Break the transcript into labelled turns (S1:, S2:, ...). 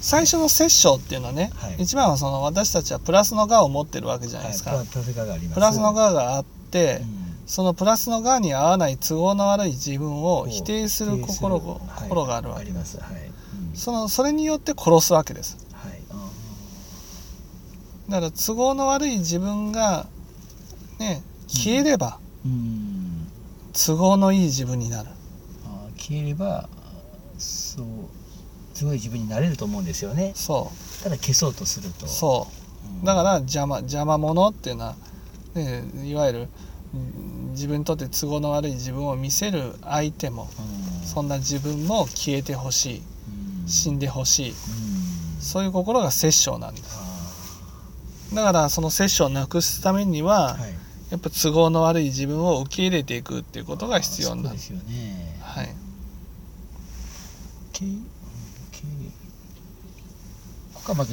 S1: 最初の殺生っていうのはね、
S2: はい
S1: 一番はその私たちはプラスの側を持ってるわけじゃない
S2: は
S1: で
S2: い
S1: す
S2: プ
S1: か、
S2: ラプラス側があります
S1: プラスの側
S2: が
S1: があって、そのプラスの側に合わない都合の悪い自分を否定する心を心があるわ
S2: あ
S1: け
S2: りますはい、うん
S1: そのそれによって殺すわけです
S2: はいあ
S1: だから都合の悪い自分がね消えれば
S2: ーうん
S1: 都合のいい自分になる
S2: あー消えればあーそうすごい自分になれると思うんですよね
S1: そ
S2: ただ消そうとすると
S1: うそう
S2: うん
S1: だから邪魔邪魔者っていうのは、ね、いわゆるうん自分にとって都合の悪い自分を見せる相手も
S2: うん
S1: そんな自分も消えてほしい
S2: うん
S1: 死んでほしい
S2: うん
S1: そういう心が殺生なんです
S2: あ
S1: だからその殺生をなくすために
S2: ー
S1: は、
S2: はい
S1: やっぱ都合の悪い自分を受け入れていくっていうことが必要にな
S2: あ
S1: る
S2: ーそうですよね
S1: はい
S2: けいけい他まあ